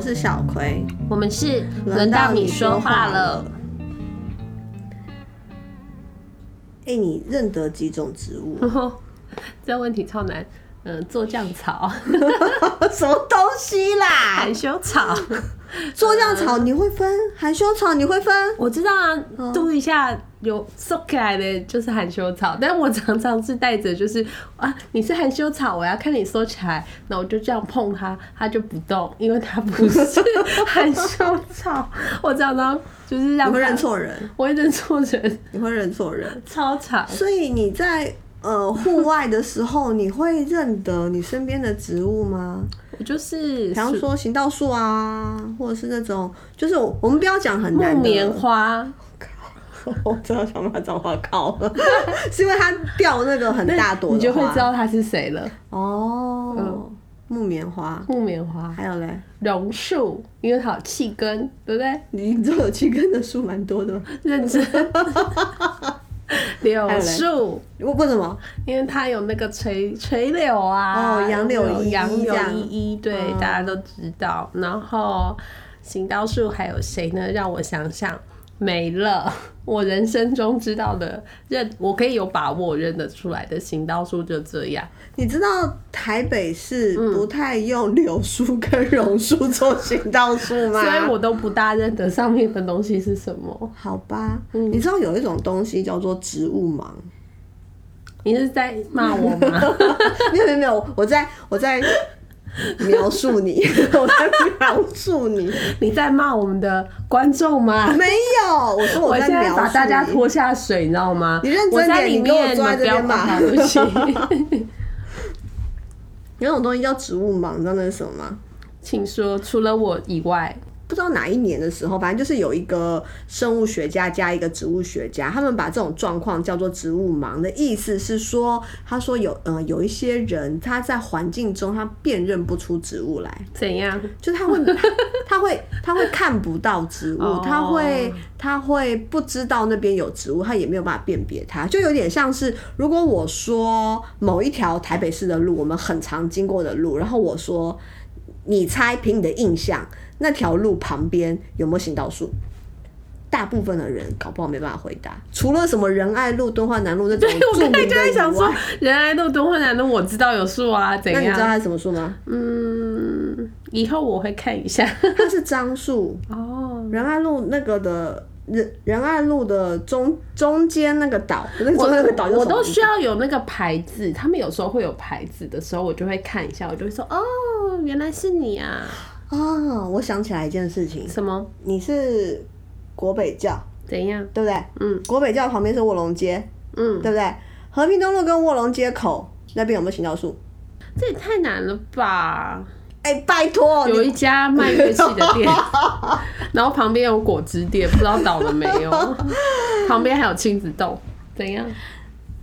是小葵，我们是轮到你说话了。哎、你认得几种植物？ 这问题超难。嗯、做酱草、 什么东西啦？含羞草，做酱草你会分，含羞草你会分，我知道啊，嘟一下有收起来的就是含羞草，但我常常是带着就是啊，你是含羞草，我要看你收起来，那我就这样碰它，它就不动，因为它不 是含羞草。我常常就是让你会它认，错人，我会认错人，你会认错人。超长。所以你在呃户外的时候，你会认得你身边的植物吗？我就是比方属说行道树啊，或者是那种，就是我我们不要讲很难木的棉。花， 我知道想把脏话靠 了，是因为它掉那个很大朵的你就会花知道它是谁了。哦。嗯木棉花，木棉花、还有嘞，榕树，因为它有气根，对不对？你这有去根的树蛮多的。认真。 柳树，我为什么？因为它有那个垂垂柳啊，哦杨柳依依杨柳这样依依，对，嗯大家都知道。然后行道树还有谁呢？让我想想，没了。我人生中知道的认，我可以有把握认得出来的行道树就这样。你知道台北市嗯不太用柳树跟榕树做行道树 吗？所以我都不大认得上面的东西是什么。好吧，嗯你知道有一种东西叫做植物盲？ 你是在骂我吗？没有没有没有，我在我在描述你， 我在描述你，你在骂我们的观众吗？没有，我说我在现在描述把大家你拖下水，你知道吗？你认真我点在里你跟我面，坐在们这不要边管吧他对不 起。有一种东西叫植物盲，你知道那是什么吗？请说，除了我以外，不知道哪一年的时候，反正就是有一个生物学家加一个植物学家，他们把这种状况叫做植物盲的意思是说，他说有嗯、呃、有一些人他在环境中他辨认不出植物来，怎样？就是他会 他他会他会看不到植物，哦他会他会不知道那边有植物，他也没有办法辨别它，就有点像是如果我说某一条台北市的路，我们很常经过的路，然后我说你猜凭你的印象那条路旁边有没有行道树？大部分的人搞不好没办法回答，除了什么仁爱路、敦化南路那种对我著刚名的才就在以想说外，人来路敦化南路，我知道有树啊，怎那你知道样？它是什么树吗？嗯，以后我会看一 下。它是樟树。哦，仁爱路那个的仁仁爱路的中中间那个岛，那个我中间那个岛叫我什么都名字需要有那个牌子，他们有时候会有牌子的时候，我就会看一下，我就会说哦，原来是你啊，啊！我想起来一件事情，什么你是国北教怎样？对不对？嗯，国北教旁边是卧龙街，嗯，对不对？和平东路跟卧龙街口那边有没有行道树？这也太难了吧？哎、拜托，有你一家卖乐器的 店，然后旁边有果汁店，不知道倒了没 有。旁边还有亲子豆，怎样？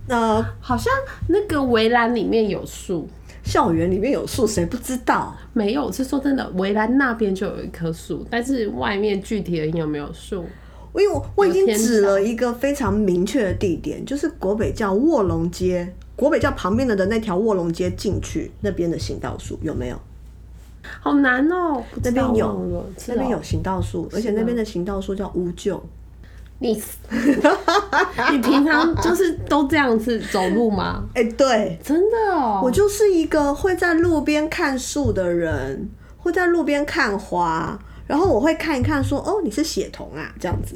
呃，好像那个围栏里面有树，校园里面有树，谁不知道？没有。我是说真的，围栏那边就有一棵树，但是外面具体的有没有树？因为我我已经有天指堂了一个非常明确的地点，就是国北教卧龙街，国北教旁边的的那条卧龙街进去那边的行道树有没有？好难哦、不知道那边有忘了，是那边哦有行道树，而且那边的行道树叫乌桕。你， 你平常就是都这样子走路吗？哎、对，真的哦、我就是一个会在路边看树的人，会在路边看花，然后我会看一看说，哦，你是血童啊，这样子。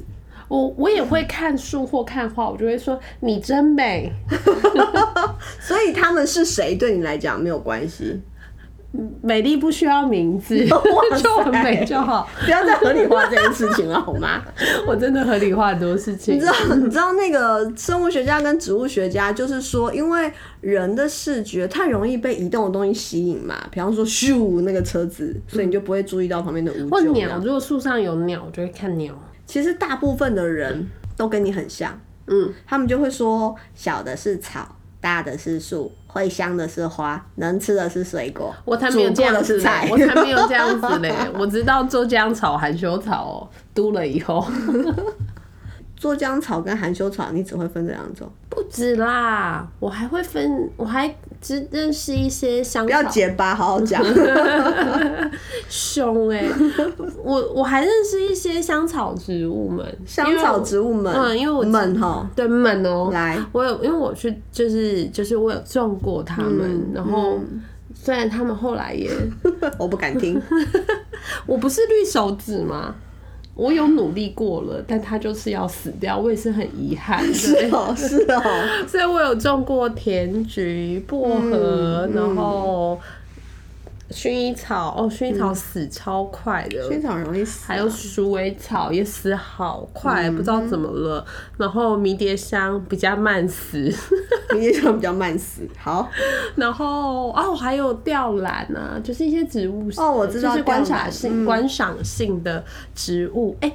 我我也会看树或看花，我就会说你真美。所以他们是谁对你来讲没有关系，美丽不需要名字， 哇塞就很美就 好。不要再合理化这件事情啊了，好吗？ 我真的合理化很多事你情知。道，你知道那个生物学家跟植物学家，就是说，因为人的视觉太容易被移动的东西吸引嘛，比方说咻那个车子，所以你就不会注意到旁边的乌或桕鸟，。如果树上有鸟，我就会看鸟。其实大部分的人都跟你很像，嗯，他们就会说小的是草，大的是树，会香的是花，能吃的是水果，我才没有这样煮过的子是菜嘞，我才没有这样子嘞。 我知道做姜草、含羞草哦，嘟了以 后 做姜草跟含羞草，你只会分这两种。不止啦，我还会分，我还只认识一些香不要草结巴，好好 讲。凶哎、我我还认识一些香草植物们，香草植物们，嗯因为我们哈，对们哦、来，我有因为我去就是就是我有种过它们，嗯然后。虽然他们后来也，我不敢听。 我不是绿手指吗？我有努力过了，但它就是要死掉，我也是很遗憾。是对，哦，是哦， 所以我有种过甜菊、薄荷，嗯然后薰衣草。哦，薰衣草死超快的，薰衣草容易死啊， 还有鼠尾草也死好快，不知道怎么了。然后迷迭香比较慢死，迷迭香比较慢死。好，然后哦还有吊兰啊，就是一些植物哦我知道就是观吊嗯赏兰性、观赏性的植物。哎、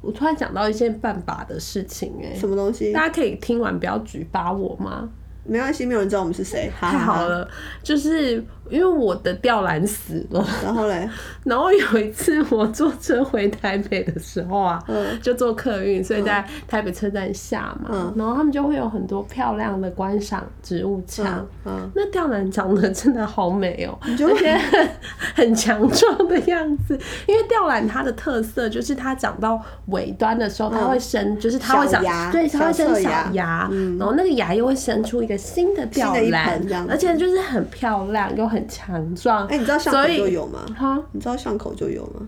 我突然想到一件办法的事情、什么东西哎，？ 大家可以听完不要举发我吗？没关系，没有人知道我们是谁。哈太哈哈好。了，就是因为我的吊兰死了。然后嘞，然后有一次我坐车回台北的时候啊，嗯就坐客运，所以在台北车站下嘛，嗯然后他们就会有很多漂亮的观赏植物墙。嗯嗯，那吊兰长得真的好美哦、就而且 很很强壮的样子。因为吊兰它的特色就是它长到尾端的时候，它嗯会生，就是它会小长，芽对，它会小生侧小芽嗯芽，然后那个芽又会生出一个新的吊新的一兰盆这样，子而且就是很漂亮又很强壮。哎，你知道巷所口以就有吗？哈，你知道巷口就有吗？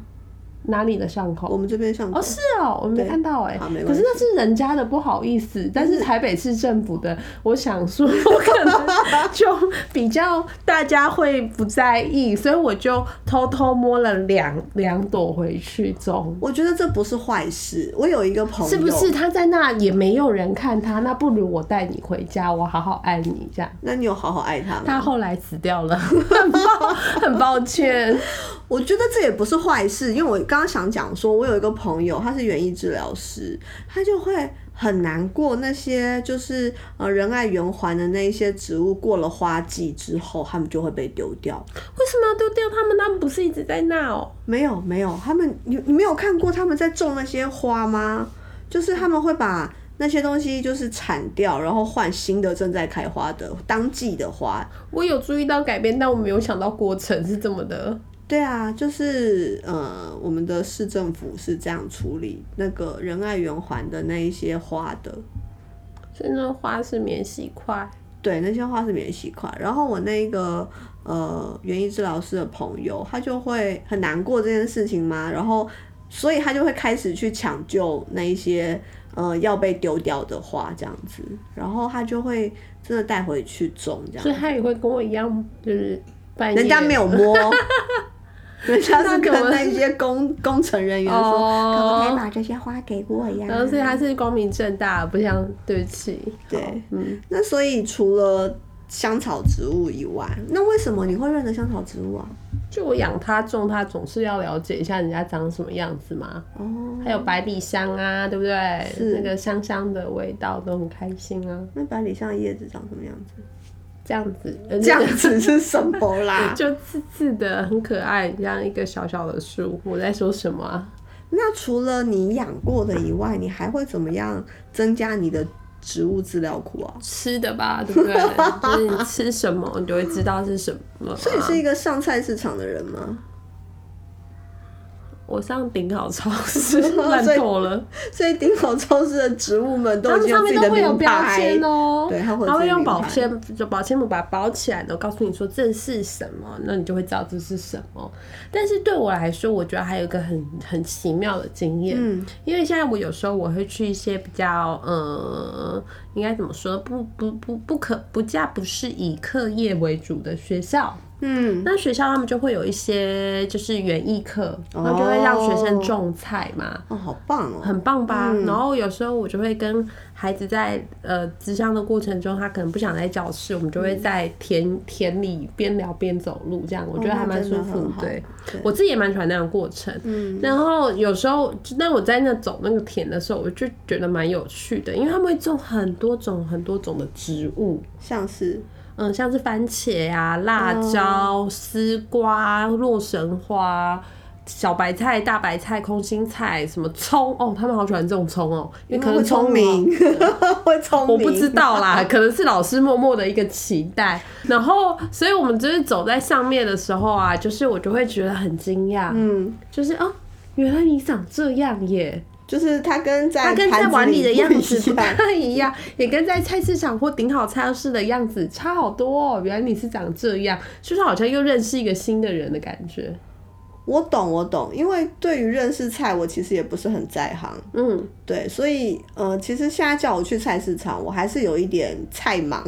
哪里的巷口我？们这边巷口哦，是哦，我没嗯对看到哎、好没可关是系那是人家的，不好意思。但是台北市政府的，我想说，我可能就比较大家会不在意，所以我就偷偷摸了两两朵回去种。我觉得这不是坏事。我有一个朋友，是不是？他在那也没有人看他？那不如我带你回家，我好好爱你这样。那你有好好爱他吗？他后来死掉 了，很抱很抱歉。我觉得这也不是坏事，因为我刚刚想讲说，我有一个朋友，他是园艺治疗师，他就会很难过那些就是呃仁爱圆环的那一些植物过了花季之后，他们就会被丢掉。为什么要丢掉他们？他们不是一直在那哦、没有没有，他们你你没有看过他们在种那些花吗？就是他们会把那些东西就是铲掉，然后换新的正在开花的当季的花。我有注意到改变，但我没有想到过程是这么的。对啊，就是呃，我们的市政府是这样处理那个仁爱圆环的那一些花的，所以那花是免洗块，对，那些花是免洗款。然后我那个呃园艺治疗师的朋友，他就会很难过这件事情嘛，然后所以他就会开始去抢救那一些呃要被丢掉的花这样子，然后他就会真的带回去种这所以样，他也会跟我一样，就是半夜人家没有摸。 人家是哦那怎么跟那一些工工程人员说，可不可以哦。把这些花给我呀？然后所以他是光明正大，不像对不起。好对，嗯，那所以除了香草植物以外，那为什么你会认得香草植物啊？就我养它种它，总是要了解一下人家长什么样子嘛。哦，还有百里香啊，对不对？是那个香香的味道都很开心啊。那百里香的叶子长什么样子？这样子，呃？这样子啊是什么啦 就刺刺的，很可爱，这样一个小小的树。我在说什么啊？那除了你养过的以外，你还会怎么样增加你的植物资料库啊？吃的吧， 对不对？就是你吃什么，你就会知道是什么、啊。所以是一个上菜市场的人吗？ 我上顶好超 市烂透了，所以顶口超市的植物们都他已们经上有面自己都的会有名标牌签，哦、对它会有他自会己的用名保牌鲜就保鲜膜把它包起来，然后告诉你说这是什么，那你就会知道这是什么。但是对我来说，我觉得还有一个很很奇妙的经验，嗯因为现在我有时候我会去一些比较呃，应该怎么说，不不不不可不嫁不是以课业为主的学校，嗯，那学校他们就会有一些就是园艺课，然哦后就会让学生种菜嘛，哦，好棒哦，很棒吧？然后有时候我就会跟孩子在呃咨商的过程中，他可能不想在教室，我们就会在田田里边聊边走路，这样我觉得那还蛮嗯哦真的舒服很。好对对我自己也蛮喜欢那样的过程。嗯然后有时候，那我在那走那个田的时候，我就觉得蛮有趣的，因为他们会种很多种很多种的植物。像是嗯，像哦是番茄啊、辣椒、丝瓜、洛神花、小白菜、大白菜、空心菜，什么葱哦，他们好喜欢这种葱哦，因为可嗯会能聪葱明，会聪明， 我不知道啦，可能是老师默默的一个期待。然后，所以我们就是走在上面的时候啊，就是我就会觉得很惊讶，嗯，就是哦，原来你长这样耶，就是它跟在它跟在盘子碗里的样子不不一样太一样，也跟在菜市场或顶好超市的样子差好多哦。原来你是长这样，就是好像又认识一个新的人的感觉。我懂，我懂，因为对于认识菜，我其实也不是很在行，嗯，对，所以呃，其实现在叫我去菜市场，我还是有一点菜盲，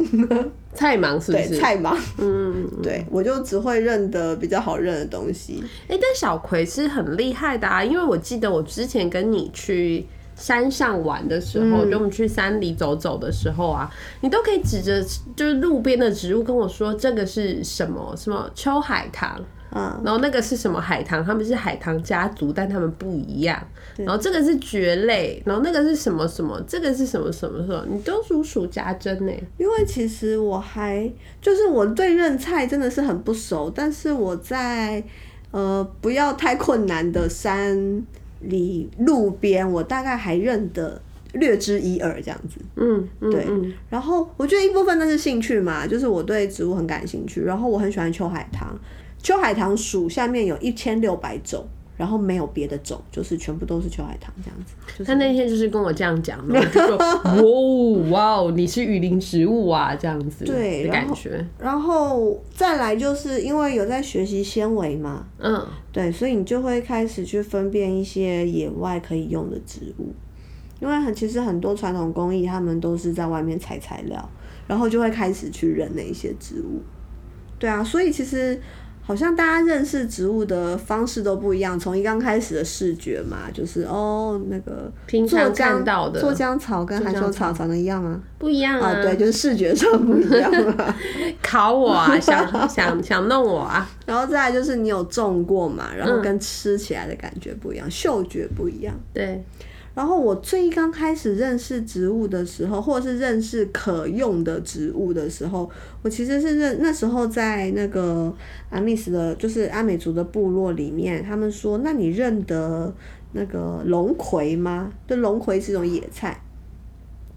菜盲是不对，是？菜盲，嗯，对我就只会认得比较好认的东西。哎、但小葵是很厉害的啊，因为我记得我之前跟你去山上玩的时候，嗯就我们去山里走走的时候啊，你都可以指着就是路边的植物跟我说这个是什么什么秋海棠，嗯，然后那个是什么海棠，他们是海棠家族，但他们不一样。然后这个是蕨类，然后那个是什么什么，这个是什么什么什么，你都如数家珍呢、因为其实我还就是我对认菜真的是很不熟，但是我在呃不要太困难的山里路边，我大概还认得略知一二这样子。嗯，嗯对嗯然后我觉得一部分那是兴趣嘛，就是我对植物很感兴趣，然后我很喜欢秋海棠。秋海棠属下面有一千六百种，然后没有别的种，就是全部都是秋海棠这样子。就是他那天就是跟我这样讲，然后我就说 哇哦哇哦，你是雨林植物啊，这样子对的然感后觉，然后再来就是因为有在学习纤维嘛，嗯，对，所以你就会开始去分辨一些野外可以用的植物，因为很其实很多传统工艺他们都是在外面采材料，然后就会开始去认那一些植物。对啊，所以其实好像大家认识植物的方式都不一样，从一刚开始的视觉嘛，就是哦那个平做常姜看到的做姜草跟含姜嗯羞草长得一样吗？不一样啊，对，就是视觉上不一样 啊。考我 啊，想想想弄我啊，然后再来就是你有种过嘛，然后跟吃起来的感觉不一样，嗅觉不一样。对，然后我最刚开始认识植物的时候，或者是认识可用的植物的时候，我其实是认那时候在那个阿密斯的，就是阿美族的部落里面，他们说：“那你认得那个龙葵吗？”对，龙葵是一种野菜，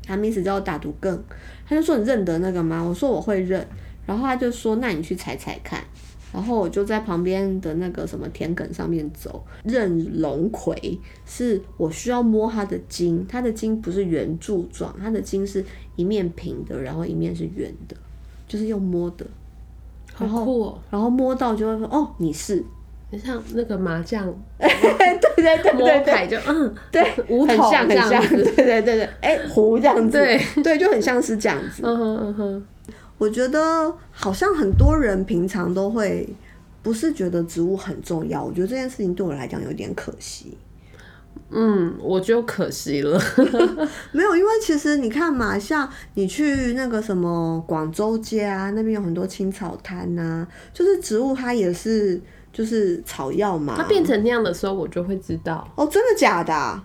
阿密斯叫我打毒更，他就说：“你认得那个吗？”我说：“我会认。”然后他就说：“那你去采采看。”然后我就在旁边的那个什么田埂上面走，认龙葵是我需要摸它的茎，它的茎不是圆柱状，它的茎是一面平的，然后一面是圆的，就是用摸的，好然后酷哦，然后摸到就会说哦 你是，很像那个麻将对对 对摸对对牌就嗯，对，五很筒 像这很样像，子对对对对，哎壶这样子，对对，就很像是这样子。嗯哼嗯哼，我觉得好像很多人平常都会不是觉得植物很重要，我觉得这件事情对我来讲有点可惜。嗯，我就可惜 了，没有，因为其实你看嘛，像你去那个什么广州街啊，那边有很多青草摊呐、就是植物它也是就是草药嘛。它变成那样的时候，我就会知道，哦，真的假的啊、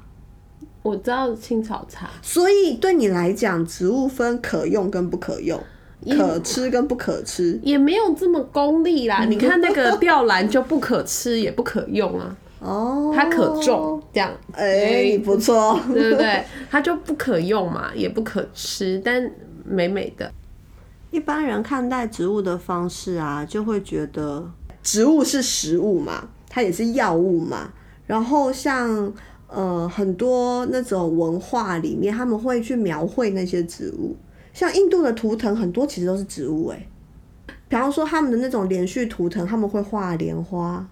我知道青草茶，所以对你来讲，植物分可用跟不可用，因可吃跟不可吃。也没有这么功利嗯啦。你看那个吊兰就不可吃，也不可用啊，哦，它可种。这样，哎、你不错。对不对？它就不可用嘛，也不可吃，但美美的。一般人看待植物的方式啊，就会觉得植物是食物嘛，它也是药物嘛。然后像呃很多那种文化里面，他们会去描绘那些植物，像印度的图腾很多其实都是植物诶、比方说他们的那种连续图腾，他们会画莲花。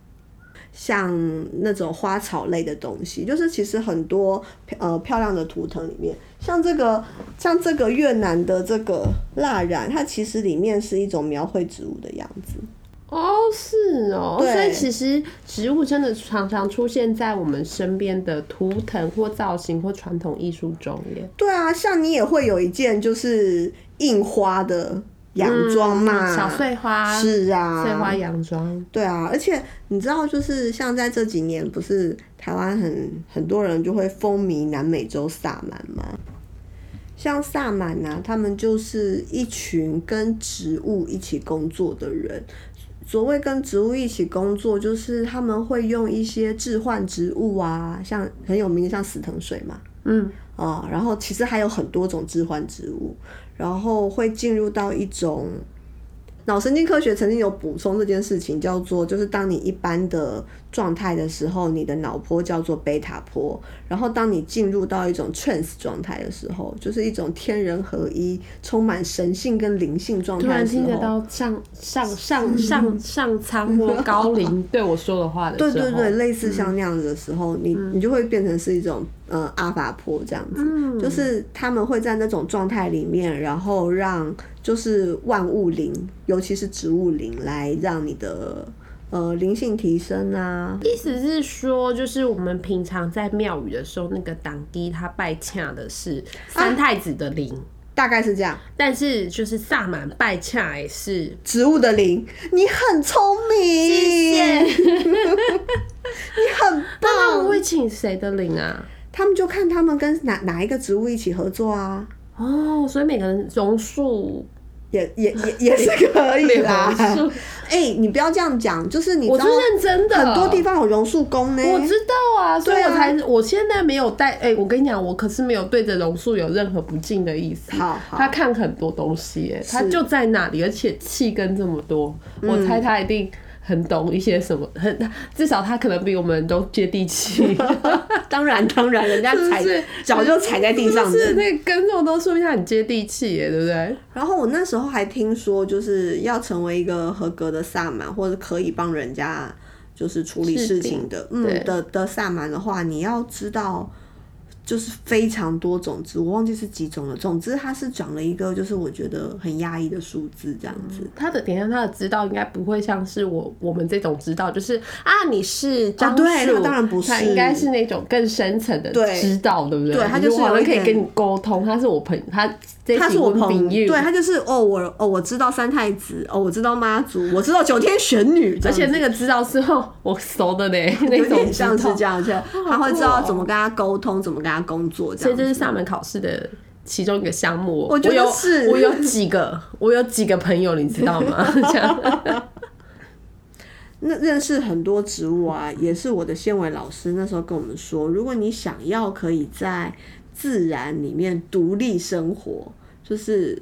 像那种花草类的东西，就是其实很多呃漂亮的图腾里面，像这个像这个越南的这个蜡染，它其实里面是一种描绘植物的样子。哦，是哦，对所以其实植物真的常常出现在我们身边的图腾或造型或传统艺术中耶。对啊，像你也会有一件就是印花的洋装嘛，嗯小碎花，是啊，碎花洋装，对啊，而且你知道，就是像在这几年，不是台湾很很多人就会风靡南美洲萨满吗？像萨满啊，他们就是一群跟植物一起工作的人，所谓跟植物一起工作，就是他们会用一些置换植物啊，像很有名的像死藤水嘛，嗯，啊，然后其实还有很多种置换植物，然后会进入到一种脑神经科学曾经有补充这件事情，叫做就是当你一般的状态的时候，你的脑波叫做贝塔波，然后当你进入到一种 trance 状态的时候，就是一种天人合一、充满神性跟灵性状突态然的时听得候。到上上上 上上苍或高龄 对我说的话的时对候，对对，类似像那样子的时候，你你就会变成是一种呃阿法波这样子，嗯就是他们会在那种状态里面，然后让就是万物灵，尤其是植物灵，来让你的呃灵性提升啊。意思是说，就是我们平常在庙宇的时候，那个党低他拜洽的是三太子的灵，大概是这样，但是就是萨满拜洽也是植物的灵，你很聪 明，你很那他们棒。会请谁的灵啊？他们就看他们跟哪哪一个植物一起合作啊，哦，所以每个人榕树、也也也也是可以柳 啦。树，哎、你不要这样讲，就是你我知是道认真的，很多地方有榕树公呢。我知道啊，所以对啊我才、我现在没有带哎、我跟你讲，我可是没有对着榕树有任何不敬的意思。好好他看很多东西、哎，他就在那里，而且气根这么多，我猜他一定很懂一些什么，很至少他可能比我们都接地 气。当然当然，人家踩是不是脚就踩在地上是的。那个根这么多，说明他很接地气耶，对不对？然后我那时候还听说，就是要成为一个合格的萨满，或者可以帮人家就是处理事情的，对嗯的的萨满的话，你要知道。就是非常多种子，我忘记是几种了。总之，它是长了一个，就是我觉得很压抑的数字这样子。他的点下他的指导应该不会像是我我们这种指导，就是啊你是张啊对树他当然不是他应该是那种更深层的对指导，对不对？对他就是我好像有一可以点跟你沟通，他是我朋他这他几是我位朋朋友，友，对他就是哦，我哦，我知道三太子，哦，我知道妈祖，我知道九天玄女，而且那。那个指导是哦我熟 的嘞，有那种点像是指导这。样，就好他会酷知道哦怎么跟他沟通，怎么跟他工作这所以样这子。是上门考试的其中一个项目。我觉得有是我有几个，我有几个朋友，你知道 吗？这样那认识很多植物啊，也是我的纤维老师那时候跟我们说，如果你想要可以在自然里面独立生活，就是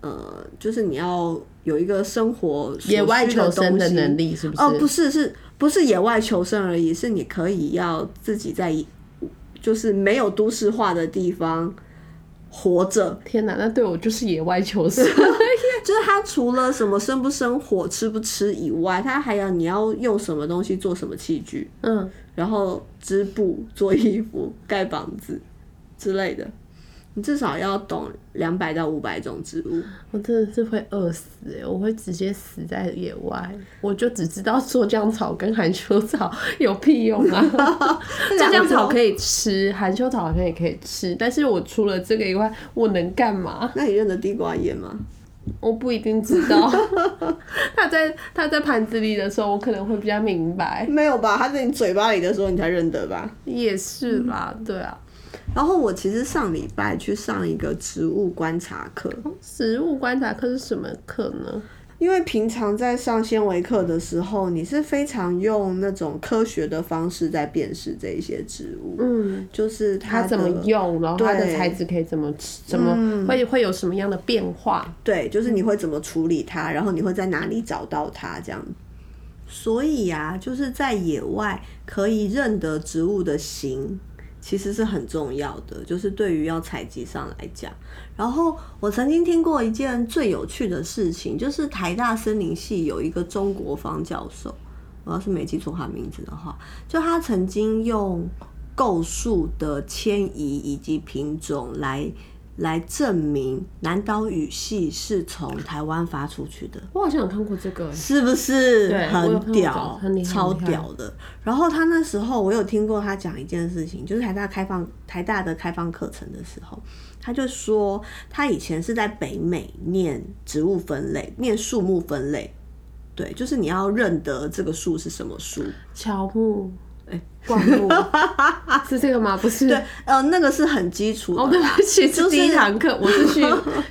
呃，就是你要有一个生活所野外需的求生的东西能力是不是？哦，不是，是不是野外求生而已？是你可以要自己在一就是没有都市化的地方活着。天哪，那对我就是野外求 生。就是它除了什么生不生火、吃不吃以外，它还有你要用什么东西做什么器具，嗯，然后织布、做衣服、盖房子之类的。你至少要懂两百到五百种植物。我真的是会饿死、欸，我会直接死在野外。我就只知道酢浆草跟含羞草有屁用 啊！这酢两浆草种可以吃，含羞草好像也可以吃，但是我除了这个以外，我能干嘛？那你认得地瓜叶吗？我不一定知 道。它在它在盘子里的时候，我可能会比较明白。没有吧？它在你嘴巴里的时候，你才认得吧？也是啦，对啊，然后我其实上礼拜去上一个植物观察课，食物观察课是什么课呢？因为平常在上纤维课的时候，你是非常用那种科学的方式在辨识这一些植物。嗯，就是它它的怎么用，然后它的嗯对材质可以怎么吃，怎么会会有什么样的变化？对，就是你会怎么处理它，然后你会在哪里找到它这样。所以啊，就是在野外可以认得植物的形，其实是很重要的，就是对于要采集上来讲。然后我曾经听过一件最有趣的事情，就是台大森林系有一个中国方教授，我要是没记错他名字的话，就他曾经用构树的迁移以及品种来来证明南岛语系是从台湾发出去的。我好像有看过这个、是不是对我有很看过屌，很厉害超很厉害屌的？然后他那时候，我有听过他讲一件事情，就是台大开放台大的开放课程的时候，他就说他以前是在北美念植物分类，念树木分类，对，就是你要认得这个树是什么树，乔木，哎、逛 路是这个吗？不是。对，呃，那个是很基础的哦，啦。对不起，这就是是第一堂课，我是 绪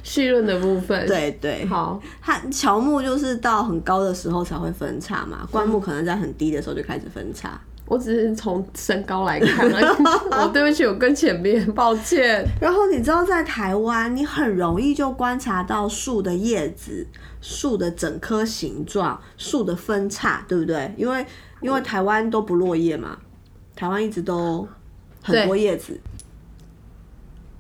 绪论的部分。，对对，好， 它乔木就是到很高的时候才会分叉嘛，灌木可能在很低的时候就开始分叉。我只是从身高来看而 已。我对不起，我跟前面抱歉。然后你知道，在台湾，你很容易就观察到树的叶子、树的整棵形状、树的分叉，对不对？因为因为台湾都不落叶嘛，台湾一直都很多叶子。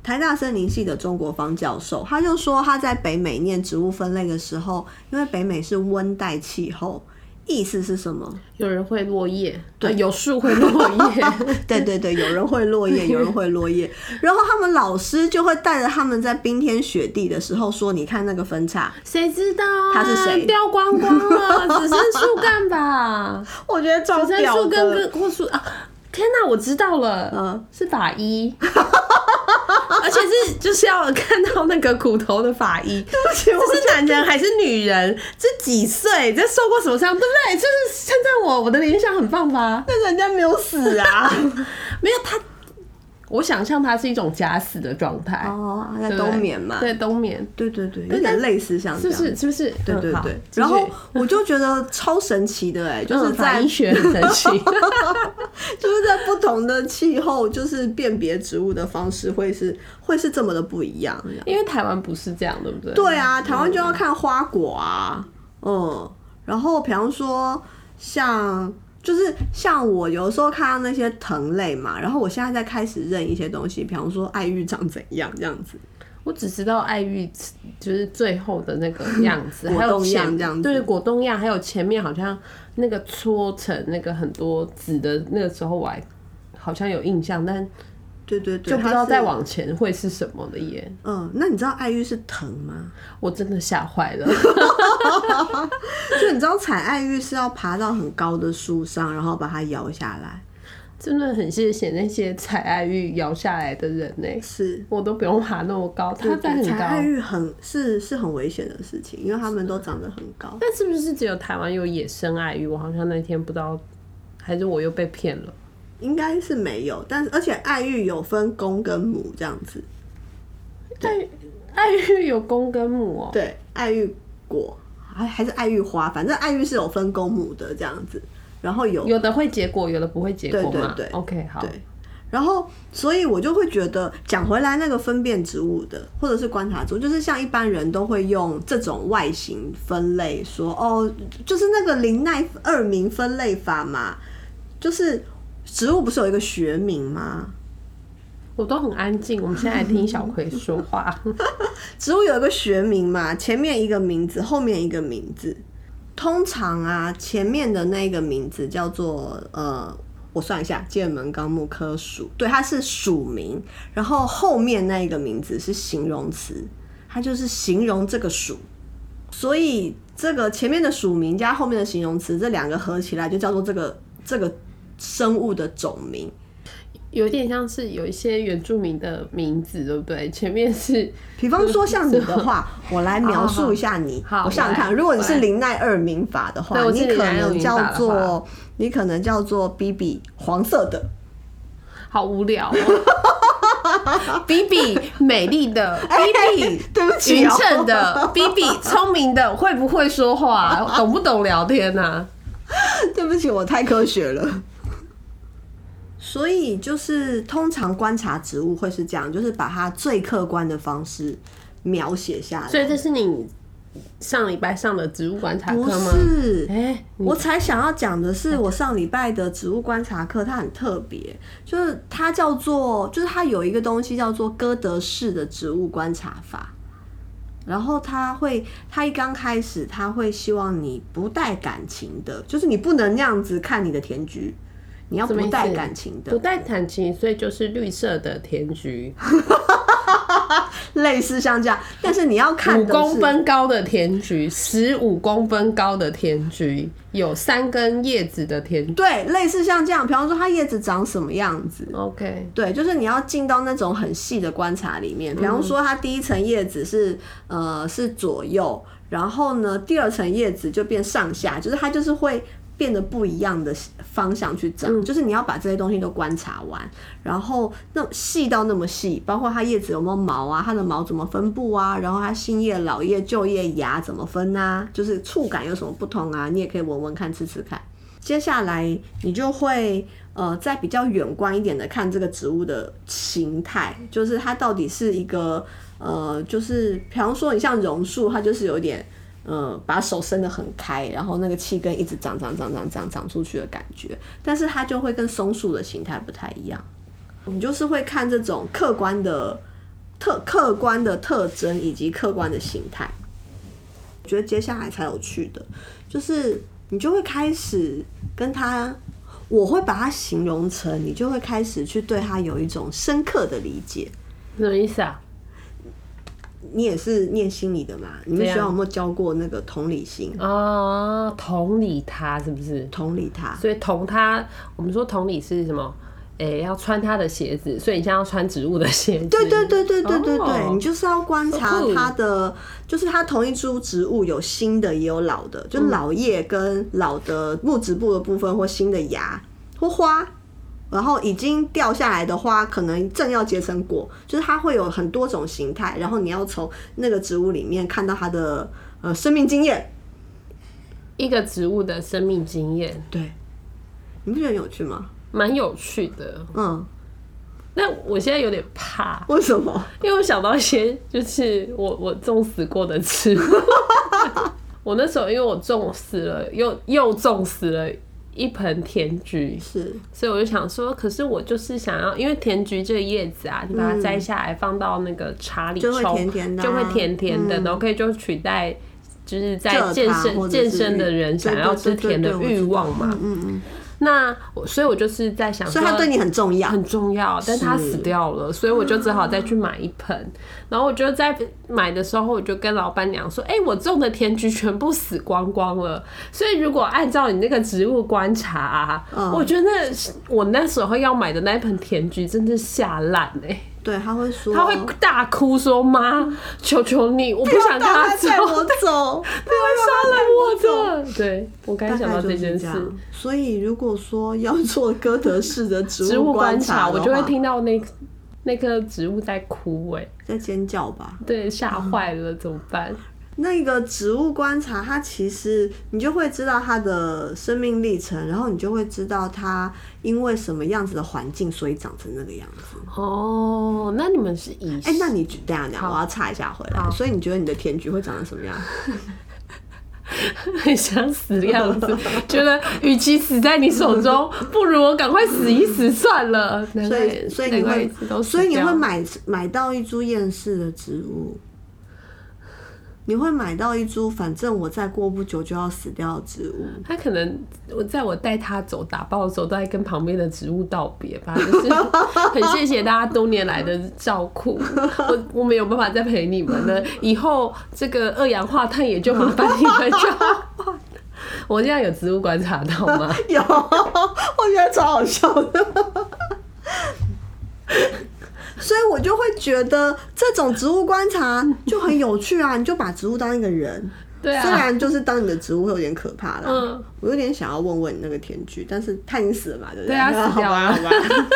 台大森林系的中国方教授，他就说他在北美念植物分类的时候，因为北美是温带气候，意思是什么？有人会落叶，对，有树会落叶。 对对对，有人会落 叶，有人会落叶。然后他们老师就会带着他们在冰天雪地的时候说：“你看那个分叉。谁知道啊？他是谁掉光光了，只剩树干 吧？”我觉得超只剩屌树根的。跟或树啊！天哪、我知道了，嗯是法 医，而且是就是要看到那个骨头的法医。不起我这是男人还是女人？这几岁？这受过什么伤？对不对？就是称赞我，我的联想很棒吧？但人家没有死 啊！没有他，我想象他是一种假死的状态，哦，他在对不对冬眠嘛。对，冬眠，对对对，有点类似像这是不样。是？是不是？对对嗯好对，继续然后我就觉得超神奇 的哎、就嗯是法在医学很神奇。 就是在不同的气候，就是辨别植物的方式会是会是这么的不一样。 因为台湾不是这样，对不对？对啊，台湾就要看花果啊，嗯，然后比方说像就是像我有时候看到那些藤类嘛，然后我现在在开始认一些东西，比方说爱玉长怎样这样子，我只知道爱玉就是最后的那个样子， 果还有冻前样这样子对果冻样，还有前面好像那个搓成那个很多籽的那个时候，我还好像有印象，但对对对，就不知道它是再往前会是什么了耶。嗯，那你知道爱玉是藤吗？我真的吓坏了，就你知道采爱玉是要爬到很高的树上，然后把它摇下来，真的很谢谢那些采爱玉摇下来的人呢，是。我都不用爬那么高，它在很采爱高。玉很是是很危险的事情，因为它们都长得很高。但是不是只有台湾有野生爱玉？我好像那天不知道，还是我又被骗了。应该是没有，但是而且爱玉有分公跟母这样子，爱爱玉有公跟母哦、对，爱玉果还还是爱玉花，反正爱玉是有分公母的这样子，然后有有的会结果，有的不会结果嘛。对对对 OK，好。对，然后所以我就会觉得讲回来那个分辨植物的或者是观察植物，就是像一般人都会用这种外形分类说哦，就是那个林奈二名分类法嘛，就是植物不是有一个学名吗？我都很安静，我们现在来听小葵说 话。植物有一个学名嘛，前面一个名字，后面一个名字。通常啊，前面的那个名字叫做呃，我算一下，剑门纲目科属，对，它是属名。然后后面那一个名字是形容词，它就是形容这个属。所以这个前面的属名加后面的形容词，这两个合起来就叫做这个这个生物的种名。有点像是有一些原住民的名字，对不对？前面是比方说像你的 话，我来描述一下你。啊好好好我想想我看，来如果你是林奈二民法的对话，我是你林可奈二能民法的叫话做你可能叫做 B B 黄 色的，好无聊、哦。 比比美丽的，比比对不起匀哦称 的，比比聪明的，会不会说话，懂不懂聊天啊呐、 对不起，我太科学了。所以就是通常观察植物会是这样，就是把它最客观的方式描写下来。所以这是你上礼拜上的植物观察不课吗？是，哎、你我才想要讲的嗯是，我上礼拜的植物观察课，它很特别，就是它叫做，就是它有一个东西叫做哥德式的植物观察法。然后它会，它一刚开始，它会希望你不带感情的，就是你不能那样子看你的甜菊，你要什么意不思带感情不的，带感情，所以就是绿色的甜菊，类似像这样。但是你要看五的公是，分高的甜菊，十五公分高的甜菊，有三根叶子的甜菊。对，类似像这样，比方说它叶子长什么样子，嗯 OK，对，就是你要进到那种很细的观察里面，比方说它第一层叶子是呃是左右，然后呢第二层叶子就变上下，就是它就是会变得不一样的方向去长，就是你要把这些东西都观察完，然后那细到那么细，包括它叶子有没有毛啊，它的毛怎么分布啊，然后它新叶、老叶、旧叶、芽怎么分啊，就是触感有什么不同啊，你也可以闻闻看、吃吃看。接下来你就会呃，在比较远观一点的看这个植物的形态，就是它到底是一个呃，就是比方说你像榕树，它就是有点呃，把手伸得很开，然后那个气根一直长长长长长长出去的感觉，但是它就会跟松树的形态不太一样。你就是会看这种客观的特客观的特征以及客观的形态。我觉得接下来才有趣的，就是你就会开始跟他，我会把它形容成，你就会开始去对他有一种深刻的理解。什么意思啊？你也是念心理的嘛？你们对啊学校有没有教过那个同理心？啊，同理他是不是？同理他，所以同他，我们说同理是什么？诶、要穿他的鞋子，所以你现在要穿植物的鞋子。对对对对对对对哦你就是要观察 So cool 它的，就是它同一株植物有新的也有老的，就老叶跟老的木质部的部分或新的芽或花，然后已经掉下来的花可能正要结成果，就是它会有很多种形态，然后你要从那个植物里面看到它的呃生命经验。一个植物的生命经验，对，你不觉得很有趣吗？蛮有趣的。嗯，但我现在有点怕，为什么？因为我想到一些就是我我种死过的 植物。我那时候因为我种死了，又又种死了一盆甜菊，是所以我就想说，可是我就是想要，因为甜菊这个叶子啊，你把它摘下来放到那个茶里就冲，会甜甜的啊就会甜甜的然后可以就取代。就是在蔗健糖或身者是健身的人想要吃甜的欲望嘛，嗯嗯。那我所以，我就是在想说，所以它对你很重要。很重要，但他死掉了，所以我就只好再去买一盆。嗯然后我就在买的时候，我就跟老板娘说：“哎、我种的甜菊全部死光光了。所以如果按照你那个植物观察、啊，嗯我觉得我那时候要买的那一盆甜菊真的吓烂哎，对，他会说他会大哭说：‘妈，求求你，我不想跟他走，带我走，他会杀了我的。’对我刚才想大到概就这是件这事样。。所以如果说要做哥德式的植植物观察察，的话，我就会听到那那棵植物在哭哎、在尖叫吧。对，吓坏了怎么办？那个植物观察，它其实你就会知道它的生命历程，然后你就会知道它因为什么样子的环境，所以长成那个样子。哦，那你们是以哎、那你等一下等一下，我要插一下回来。所以你觉得你的甜菊会长成什么样？很想死的样 子，觉得与其死在你手中，不如我赶快死一死算了。难所怪以所以你难怪一会直都，死所以你掉会买买到一株厌世的植物，你会买到一株反正我再过不久就要死掉的植物。他可能我在我带他走打包的时候，都在跟旁边的植物道别吧，就是 很谢谢大家多年来的照顾，我我没有办法再陪你们了，以后这个二氧化碳也就麻烦你们就好。我现在有植物观察到吗？ 有，我觉得超好笑的。所以我就会觉得这种植物观察就很有趣啊！你就把植物当一个人，对啊，虽然就是当你的植物会有点可怕啦。嗯我有点想要问问你那个甜菊，但是它已经死了嘛，对不对啊，死掉了。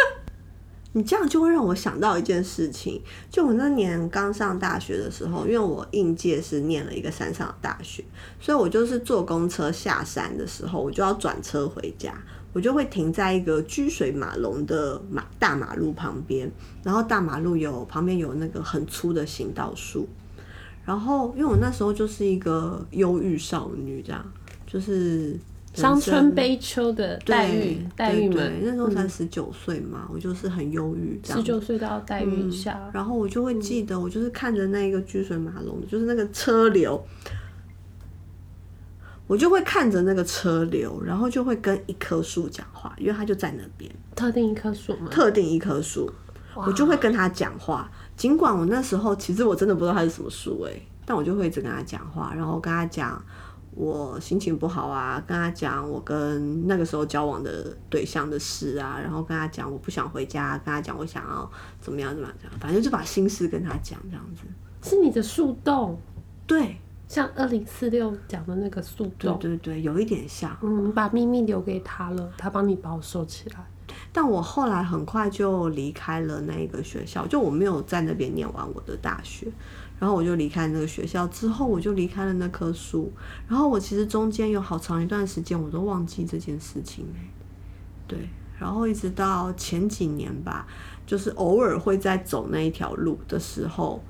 你这样就会让我想到一件事情，就我那年刚上大学的时候，因为我应届是念了一个山上的大学，所以我就是坐公车下山的时候，我就要转车回家，我就会停在一个居水马龙的马大马路旁边，然后大马路有旁边有那个很粗的行道树，然后因为我那时候就是一个忧郁少女，这样就是 伤人生春悲秋的黛玉对，黛玉对们嗯对那时候才十九岁嘛，我就是很忧郁这样嗯十九岁到黛玉下，嗯然后我就会记得，我就是看着那个居水马龙，就是那个车流，我就会看着那个车流，然后就会跟一棵树讲话，因为它就在那边，特定一棵树嘛。特定一棵树，我就会跟它讲话。尽管我那时候其实我真的不知道它是什么树诶、但我就会一直跟它讲话，然后跟它讲我心情不好啊，跟他讲我跟那个时候交往的对象的事啊，然后跟他讲我不想回家，啊跟他讲我想要怎么样怎么样怎么样，反正就把心事跟他讲这样子。是你的树洞，对，像二零四六讲的那个速对度，对对，有一点像。嗯，你把秘密留给他了，他帮你保守起来。但我后来很快就离开了那个学校，就我没有在那边念完我的大学，然后我就离开那个学校之后，我就离开了那棵树。然后我其实中间有好长一段时间我都忘记这件事情、欸，对。然后一直到前几年吧，就是偶尔会在走那一条路的时候，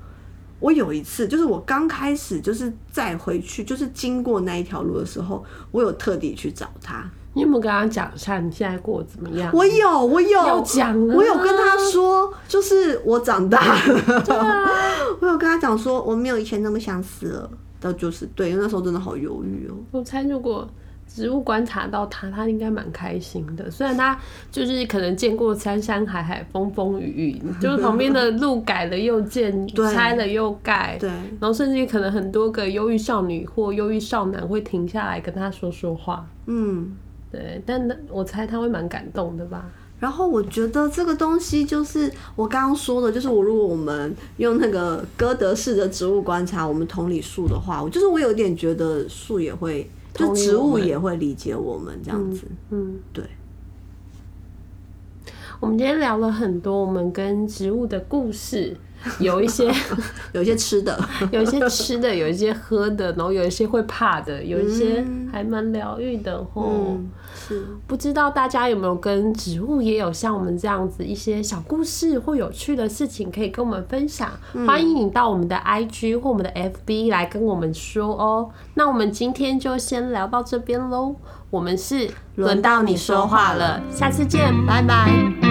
我有一次就是我刚开始就是再回去，就是经过那一条路的时候，我有特地去找他。你有没有跟他讲一下你现在过得怎么样？我有，我有要讲啊我有跟他说，就是我长大了，啊 我有跟他讲说，我没有以前那么想死了。到就是对，那时候真的好犹豫哦。我猜如果植物观察到他，他应该蛮开心的。虽然他就是可能见过山山海海、风风雨雨，就是旁边的路改了又建， 对拆了又盖，对然后甚至可能很多个忧郁少女或忧郁少男会停下来跟他说说话。嗯，对，但那我猜他会蛮感动的吧？然后我觉得这个东西就是我刚刚说的，就是我如果我们用那个哥德式的植物观察，我们同理树的话，我就是我有点觉得树也会，就同理植我物们也会理解我们这样子。嗯，对，我们今天聊了很多我们跟植物的故事，有一些。有一些吃的，有一些吃的，有一些喝的，然后有一些会怕的，有一些还蛮疗愈的吼。嗯，是。不知道大家有没有跟植物也有像我们这样子一些小故事或有趣的事情可以跟我们分享？欢迎你到我们的 IG 或我们的 FB 来跟我们说哦。那我们今天就先聊到这边喽，我们是轮到你说话了，下次见，拜拜。